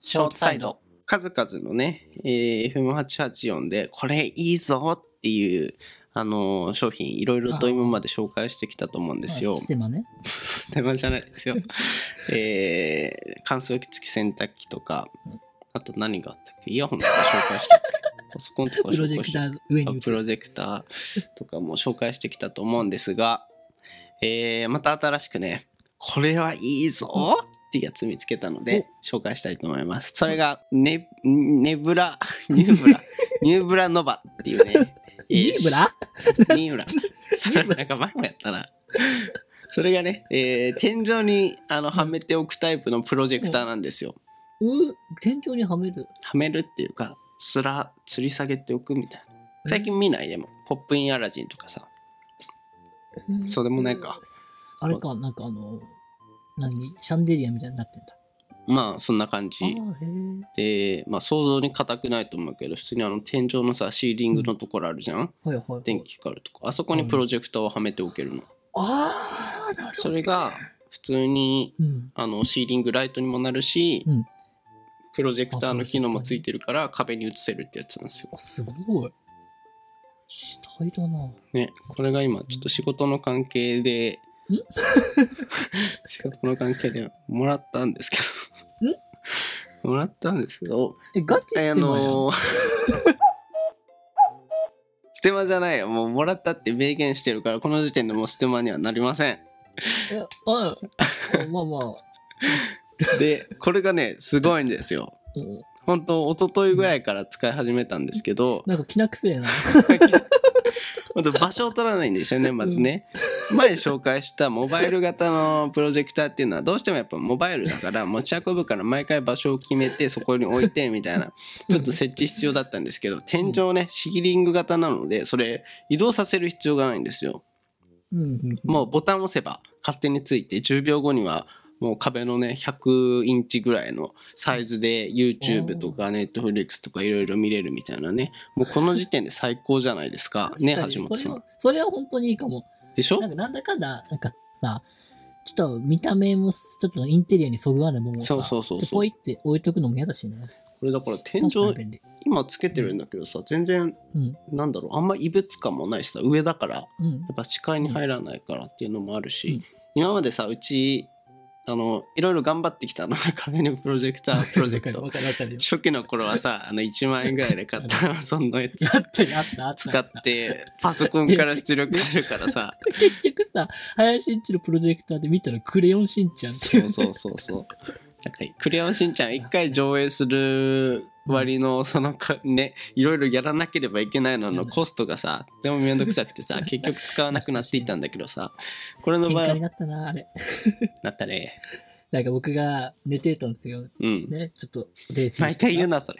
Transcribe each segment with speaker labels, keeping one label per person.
Speaker 1: ショートサイド。
Speaker 2: 数々のね、えー FM884 でこれいいぞっていう、あのー商品いろいろと今まで紹介してきたと思うんですよ
Speaker 1: はいス。テマね。
Speaker 2: 手間じゃないですよ。 えー乾燥機付き洗濯機とか、あと何があったっけイヤホンとか紹介したっけパソコンとか
Speaker 1: プロジ
Speaker 2: 紹
Speaker 1: ェ
Speaker 2: 介
Speaker 1: ク
Speaker 2: し
Speaker 1: タ
Speaker 2: た
Speaker 1: ー上に打
Speaker 2: プ
Speaker 1: つ。
Speaker 2: ロジェクターとかも紹介してきたと思うんですが、えーまた新しくねこれはいいぞってやつ見つけたので紹介したいと思いますそれがネネブ ラニューブラニューブラノバっていうね
Speaker 1: ニーブラ
Speaker 2: ニーブラそれなんか前もやったなそれがね、えー天井にあのはめておくタイプのプロジェクターなんですよ
Speaker 1: う天井にはめる。
Speaker 2: はめるっていうかつら吊り下げておくみたいな最近見ないでもポップインアラジンとかさ
Speaker 1: うん
Speaker 2: そうでもないか。
Speaker 1: あれか、なんかあの、何シャンデリアみたいになってんだ。
Speaker 2: まあそんな感
Speaker 1: あ
Speaker 2: じ
Speaker 1: ーへえ。
Speaker 2: で、まあ、想像に固くないと思うけど普通にあの天井のさシーリングのところあるじゃん
Speaker 1: はいはいはい。
Speaker 2: 電気光るとこあそこにプロジェクターをはめておけるの
Speaker 1: ああ、なるほど。
Speaker 2: それが普通に
Speaker 1: うん。
Speaker 2: あのシーリングライトにもなるし、
Speaker 1: うん
Speaker 2: プロジェクターの機能もついてるから壁に映せるってやつなんですよ
Speaker 1: あ、すごい。死体だな。
Speaker 2: ねこれが今ちょっと仕事の関係で
Speaker 1: ん
Speaker 2: 仕事の関係でもらったんですけどもらったんですけど
Speaker 1: え、ガチして
Speaker 2: あ
Speaker 1: んの
Speaker 2: のー、ステマじゃないよ。もうもらったって明言してるから、この時点でもうステマにはなりません。
Speaker 1: や。え、あ、 まあまあ。
Speaker 2: で、これがね、すごいんですよ。
Speaker 1: うん
Speaker 2: 本当一昨日ぐらいから使い始めたんですけど、
Speaker 1: なんか気なくせえな。
Speaker 2: 本当場所を取らないんですよね、まずね。前紹介したモバイル型のプロジェクターっていうのは、どうしてもやっぱモバイルだから、持ち運ぶから毎回場所を決めて、そこに置いてみたいな、ちょっと設置必要だったんですけど、天井ね、シーリング型なので、それ移動させる必要がないんですよ。
Speaker 1: うんうん。
Speaker 2: もうボタンを押せば勝手について10秒後にはもう壁のね100インチぐらいのサイズで YouTube とか Netflix とかいろいろ見れるみたいなねもうこの時点で最高じゃないですかね
Speaker 1: 確か
Speaker 2: 橋
Speaker 1: に
Speaker 2: 本
Speaker 1: そ
Speaker 2: さ
Speaker 1: れ
Speaker 2: ん
Speaker 1: は、それは本当にいいかも。
Speaker 2: でしょ
Speaker 1: なんかなんだかんだ、なんかさ、ちょっと見た目も、ちょっとインテリアにそぐわないものをさ、
Speaker 2: そうそうそうそう
Speaker 1: ちょっとポイって置いとくのも嫌だしね。
Speaker 2: これだから天
Speaker 1: 確かに
Speaker 2: 井
Speaker 1: 便利。
Speaker 2: 今つけてるんだけどさ全然
Speaker 1: うん。
Speaker 2: なんだろうあんま異物感もないしさ上だからや
Speaker 1: うん。
Speaker 2: っぱ視界に入らないからっていうのもあるし、
Speaker 1: うん
Speaker 2: 今までさうちあのいろいろ頑張ってきたの壁のプロジェクタープロジェクト
Speaker 1: わかるわかるよ。
Speaker 2: 初期の頃はさ あの1万円ぐらいで買った Amazon のやつ
Speaker 1: あったよあったあった。
Speaker 2: 使ってパソコンから出力するから さ
Speaker 1: 結局さ、林一のプロジェクターで見たらクレヨンしんちゃんって
Speaker 2: そ
Speaker 1: いう
Speaker 2: そうそうそうなんか「クレヨンしんちゃん」1回上映する割のそのかねいろいろやらなければいけないののコストがさでもめんどくさくて さ結局使わなくなっていたんだけどさこれの
Speaker 1: 喧
Speaker 2: 場
Speaker 1: 嘩に
Speaker 2: 合
Speaker 1: なったな、あれ。
Speaker 2: なったね
Speaker 1: なんか僕が寝てたんですよ。
Speaker 2: うん
Speaker 1: ね、ちょっと冷静に
Speaker 2: 毎回言うなそ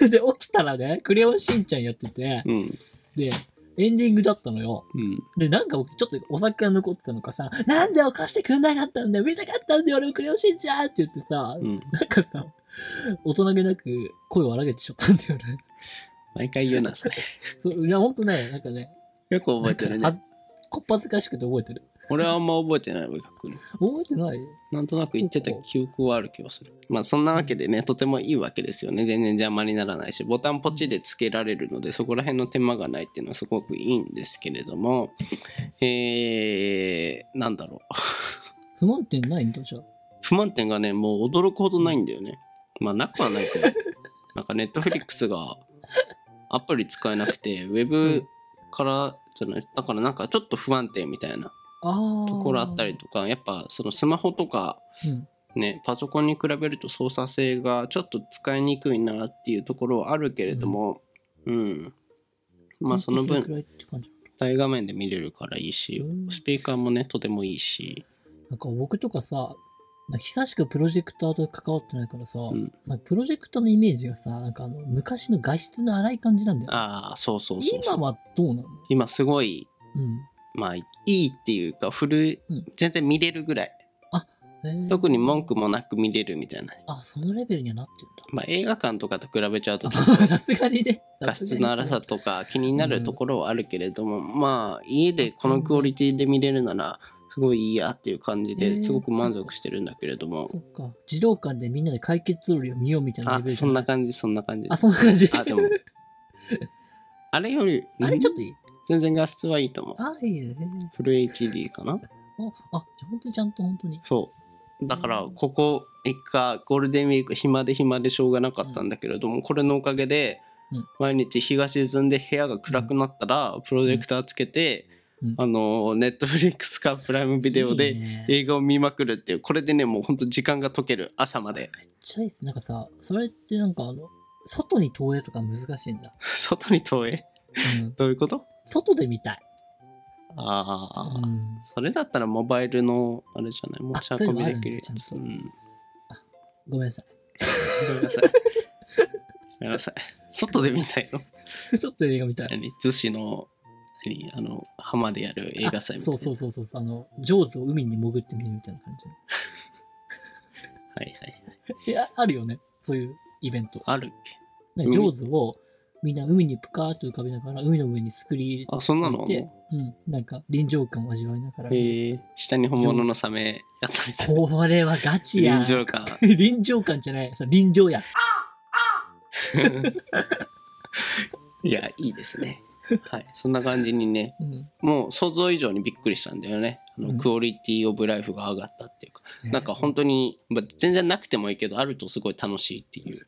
Speaker 2: れ
Speaker 1: で、起きたらね、クレヨンしんちゃんやってて、
Speaker 2: うん
Speaker 1: で、エンディングだったのよ。
Speaker 2: うん
Speaker 1: で、なんか僕、ちょっとお酒が残ってたのかさ、なんでお貸してくんなかったんだよ見たかったんだよ俺もクレヨンしんちゃんって言ってさ、
Speaker 2: うん
Speaker 1: なんかさ、大人げなく声を荒げてしまったんだよね。
Speaker 2: 毎回言うなそれ
Speaker 1: そういや、ほんとね、なんかね、
Speaker 2: よく覚えてるね
Speaker 1: なんかはずこっぱずかしくて覚えてる。
Speaker 2: 俺はあんま覚えてないわ逆に
Speaker 1: 覚えてない
Speaker 2: なんとなく言ってた記憶はある気がする。まあそんなわけでね、とてもいいわけですよね。全然邪魔にならないし、ボタンポチでつけられるので、そこら辺の手間がないっていうのはすごくいいんですけれども、えー、なんだろう。
Speaker 1: 不満点ないんだじゃあ。
Speaker 2: 不満点がね、もう驚くほどないんだよね。まあなくはないけど、なんかネットフリックスがアプリ使えなくて、ウェブからじゃない、だからなんかちょっと不安定みたいな
Speaker 1: ああ。
Speaker 2: ところあったりとか、やっぱそのスマホとか、
Speaker 1: うん。
Speaker 2: ね、パソコンに比べると操作性がちょっと使いにくいなっていうところはあるけれども、うんまあその
Speaker 1: ほんと
Speaker 2: 分
Speaker 1: れくらいって感じ
Speaker 2: 大画面で見れるからいいし、
Speaker 1: うん
Speaker 2: スピーカーもねとてもいいし、
Speaker 1: なんか僕とかさ、なんか久しくプロジェクターと関わってないからさ、
Speaker 2: うん、
Speaker 1: なんかプロジェクターのイメージがさ、なんかあの昔の画質の荒い感じなんだよ。
Speaker 2: ああそうそうそうそう
Speaker 1: 今はどうなの
Speaker 2: 今すごい
Speaker 1: うん。
Speaker 2: まあいいっていうか古い
Speaker 1: うん
Speaker 2: 全然見れるぐらい
Speaker 1: へー
Speaker 2: 特に文句もなく見れるみたいな、
Speaker 1: あ、そのレベルにはなってる
Speaker 2: まあ、映画館とかと比べち ゃうと
Speaker 1: んだ。さすがにね。
Speaker 2: 画質の荒さとか気になるところはあるけれども、まあ家でこのクオリティで見れるならすごいいいやっていう感じ
Speaker 1: えー
Speaker 2: ですごく満足してるんだけれども、
Speaker 1: そっか。児童館でみんなで解決論理を見ようみたいなレ
Speaker 2: あ
Speaker 1: ベルじゃ
Speaker 2: そんな感じそんな感じ
Speaker 1: あ、そんな感じ。
Speaker 2: あ でもあれより
Speaker 1: あれちょっといい
Speaker 2: 全然画質はいいと思う
Speaker 1: あ、いいね。
Speaker 2: フル HD かな
Speaker 1: あ、あ、じゃあ本当にちゃんと本当に。
Speaker 2: そうだからここ一日ゴールデンウィーク暇で暇でしょうがなかったんだけれども、これのおかげで
Speaker 1: うん
Speaker 2: 毎日日が沈んで部屋が暗くなったらプロジェクターつけて、
Speaker 1: うん
Speaker 2: あのネットフリックスかプライムビデオ
Speaker 1: いい
Speaker 2: で
Speaker 1: ねめっ
Speaker 2: 映画を見まくるっていうこれでねもうほんと時間が解ける朝まで
Speaker 1: ちゃいいっす。なんかさ、それってなんかあの、外に投影とか難しいんだ。
Speaker 2: 外に投影
Speaker 1: うん、
Speaker 2: どういうこと
Speaker 1: 外で見たい。
Speaker 2: あ
Speaker 1: う
Speaker 2: あ、
Speaker 1: ん。
Speaker 2: それだったらモバイルのあれじゃない持ち
Speaker 1: そういう
Speaker 2: 運
Speaker 1: の
Speaker 2: び
Speaker 1: あ
Speaker 2: で
Speaker 1: るんだ
Speaker 2: きるやつ
Speaker 1: ちゃんと
Speaker 2: うん
Speaker 1: ごめんなさい。
Speaker 2: ごめんなさいごめんなさい外で見たいの
Speaker 1: 外で映画見たい。
Speaker 2: 何逗子の何あの浜でやる映画祭
Speaker 1: あ
Speaker 2: みたい
Speaker 1: そ
Speaker 2: な
Speaker 1: うそうそうそう。あの、ジョーズを海に潜ってみるみたいな感
Speaker 2: はいはい
Speaker 1: じ。いや、あるよね。そういうイベント。
Speaker 2: あるっけ
Speaker 1: なん
Speaker 2: 海
Speaker 1: かジョーズをみんな海にぷかーっと浮かべながら、海の上にスクリーン
Speaker 2: あそんなのあん
Speaker 1: で
Speaker 2: の、
Speaker 1: うん、なんか臨場感を味わいながら。
Speaker 2: へえ下に本物のサメやったりする
Speaker 1: これはガチ
Speaker 2: 臨。
Speaker 1: や
Speaker 2: 場 感
Speaker 1: 臨場感じゃない。そう臨場や。
Speaker 2: いやいいですねはいそんな感じにね
Speaker 1: うん。
Speaker 2: もう想像以上にびっくりしたんだよねあの、
Speaker 1: うん
Speaker 2: クオリティオブライフが上がったっていうか なんか本当に、まあ全然なくてもいいけどあるとすごい楽しいっていう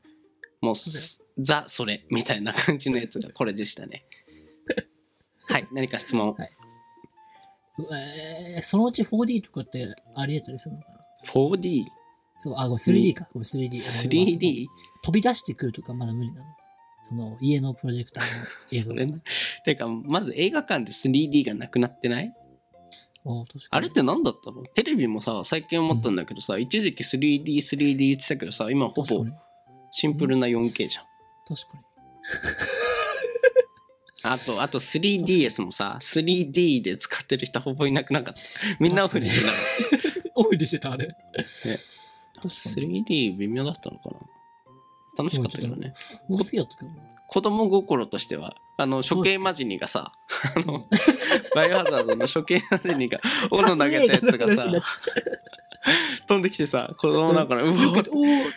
Speaker 2: もうすザそれみたいな感じのやつがこれでしたね はい何か質問
Speaker 1: えーそのうち 4D とかってありえたりするのかな
Speaker 2: 4D
Speaker 1: そう、あ、ごめん 3D か。ごめん 3D。
Speaker 2: 3D
Speaker 1: 飛び出してくるとかまだ無理なの。その家のプロジェクターの映像
Speaker 2: それてかまず映画館で 3D がなくなってない
Speaker 1: おー確か
Speaker 2: あ
Speaker 1: に
Speaker 2: れって何だったのテレビもさ最近思ったんだけどさ、一時期 3D3D 言ってたけどさ今ほ
Speaker 1: 確か
Speaker 2: ぼ
Speaker 1: に。
Speaker 2: シンプルな 4K じゃん
Speaker 1: 確かに。
Speaker 2: あとあと 3DS もさ 3D で使ってる人ほぼいなくなかったみんなオフにしてなかっ
Speaker 1: オフにして た、あれ。
Speaker 2: た 3D 微妙だったのかな楽しかったけどね
Speaker 1: もう好きだったけど。
Speaker 2: 子供心としてはあの処刑マジニがさあのバイオハザードの処刑マジニ が斧投げたやつが
Speaker 1: パス
Speaker 2: さ
Speaker 1: 映画の話になっちゃっ
Speaker 2: 飛んできてさ子供だからうおー
Speaker 1: たおー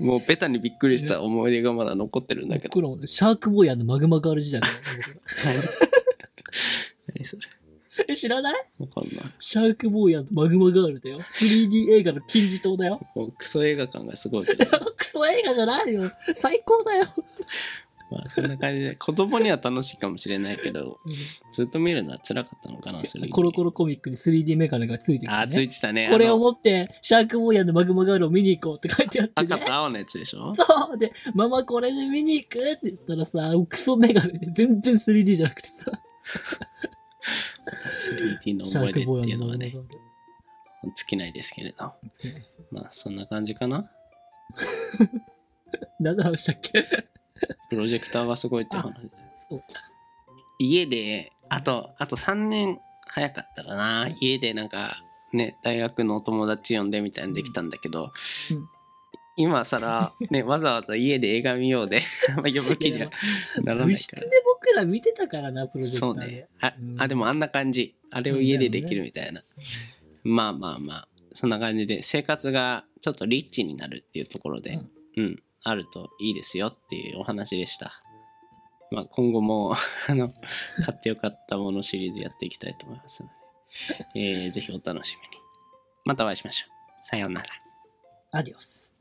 Speaker 2: もうベタにびっくりした思い出がまだ残ってるんだけど。
Speaker 1: これもシャークボーイのマグマガール時代だね
Speaker 2: 何それ
Speaker 1: え、知らない
Speaker 2: わかんない。
Speaker 1: シャークボーイのマグマガールだよ。3D 映画の金字塔だよ。
Speaker 2: もうクソ映画感がすごいけど。
Speaker 1: クソ映画じゃないよ。最高だよ。
Speaker 2: まあそんな感じで、子供には楽しいかもしれないけど、ずっと見るのは辛かったのかな、それ。
Speaker 1: コロコロコミックに 3D メガネがついてる、ね。
Speaker 2: あー、ついてたね。
Speaker 1: これ
Speaker 2: あ
Speaker 1: を
Speaker 2: の
Speaker 1: 持って、シャークボーイのマグマガールを見に行こうって書いてあって、ね。
Speaker 2: 赤と青のやつでしょ
Speaker 1: そうで、ママこれで見に行くって言ったらさ、クソメガネで全然 3D じゃなくてさ、
Speaker 2: ?3D の
Speaker 1: シャ
Speaker 2: 思
Speaker 1: ー
Speaker 2: い
Speaker 1: ク
Speaker 2: 出
Speaker 1: ボー
Speaker 2: ってい
Speaker 1: イ
Speaker 2: うの
Speaker 1: のマ
Speaker 2: は
Speaker 1: グマ
Speaker 2: ね
Speaker 1: ガール、。
Speaker 2: 尽きないですけれど。まあそんな感じかな。
Speaker 1: 何の話したっけ
Speaker 2: プロジェクターがすごいって話。
Speaker 1: そう
Speaker 2: 家であとあと3年早かったらな家でなんかね大学のお友達呼んでみたいなのできたんだけど、
Speaker 1: うん
Speaker 2: 今さら、ね、わざわざ家で映画見ようで呼ぶ気にはならな
Speaker 1: 部
Speaker 2: い
Speaker 1: 室
Speaker 2: か
Speaker 1: で僕ら見てたからな、プロ
Speaker 2: ら
Speaker 1: ジェ
Speaker 2: そう
Speaker 1: クターで。
Speaker 2: ねあ,、
Speaker 1: うん
Speaker 2: あでもあんな感じあれを家でできるみたいな、まあまあまあそんな感じで生活がちょっとリッチになるっていうところで
Speaker 1: うん
Speaker 2: うん、あるといいですよっていうお話でしたまあ今後も あの買ってよかったものシリーズやっていきたいと思いますので、えーぜひお楽しみにまたお会いしましょうさようなら
Speaker 1: アディオス。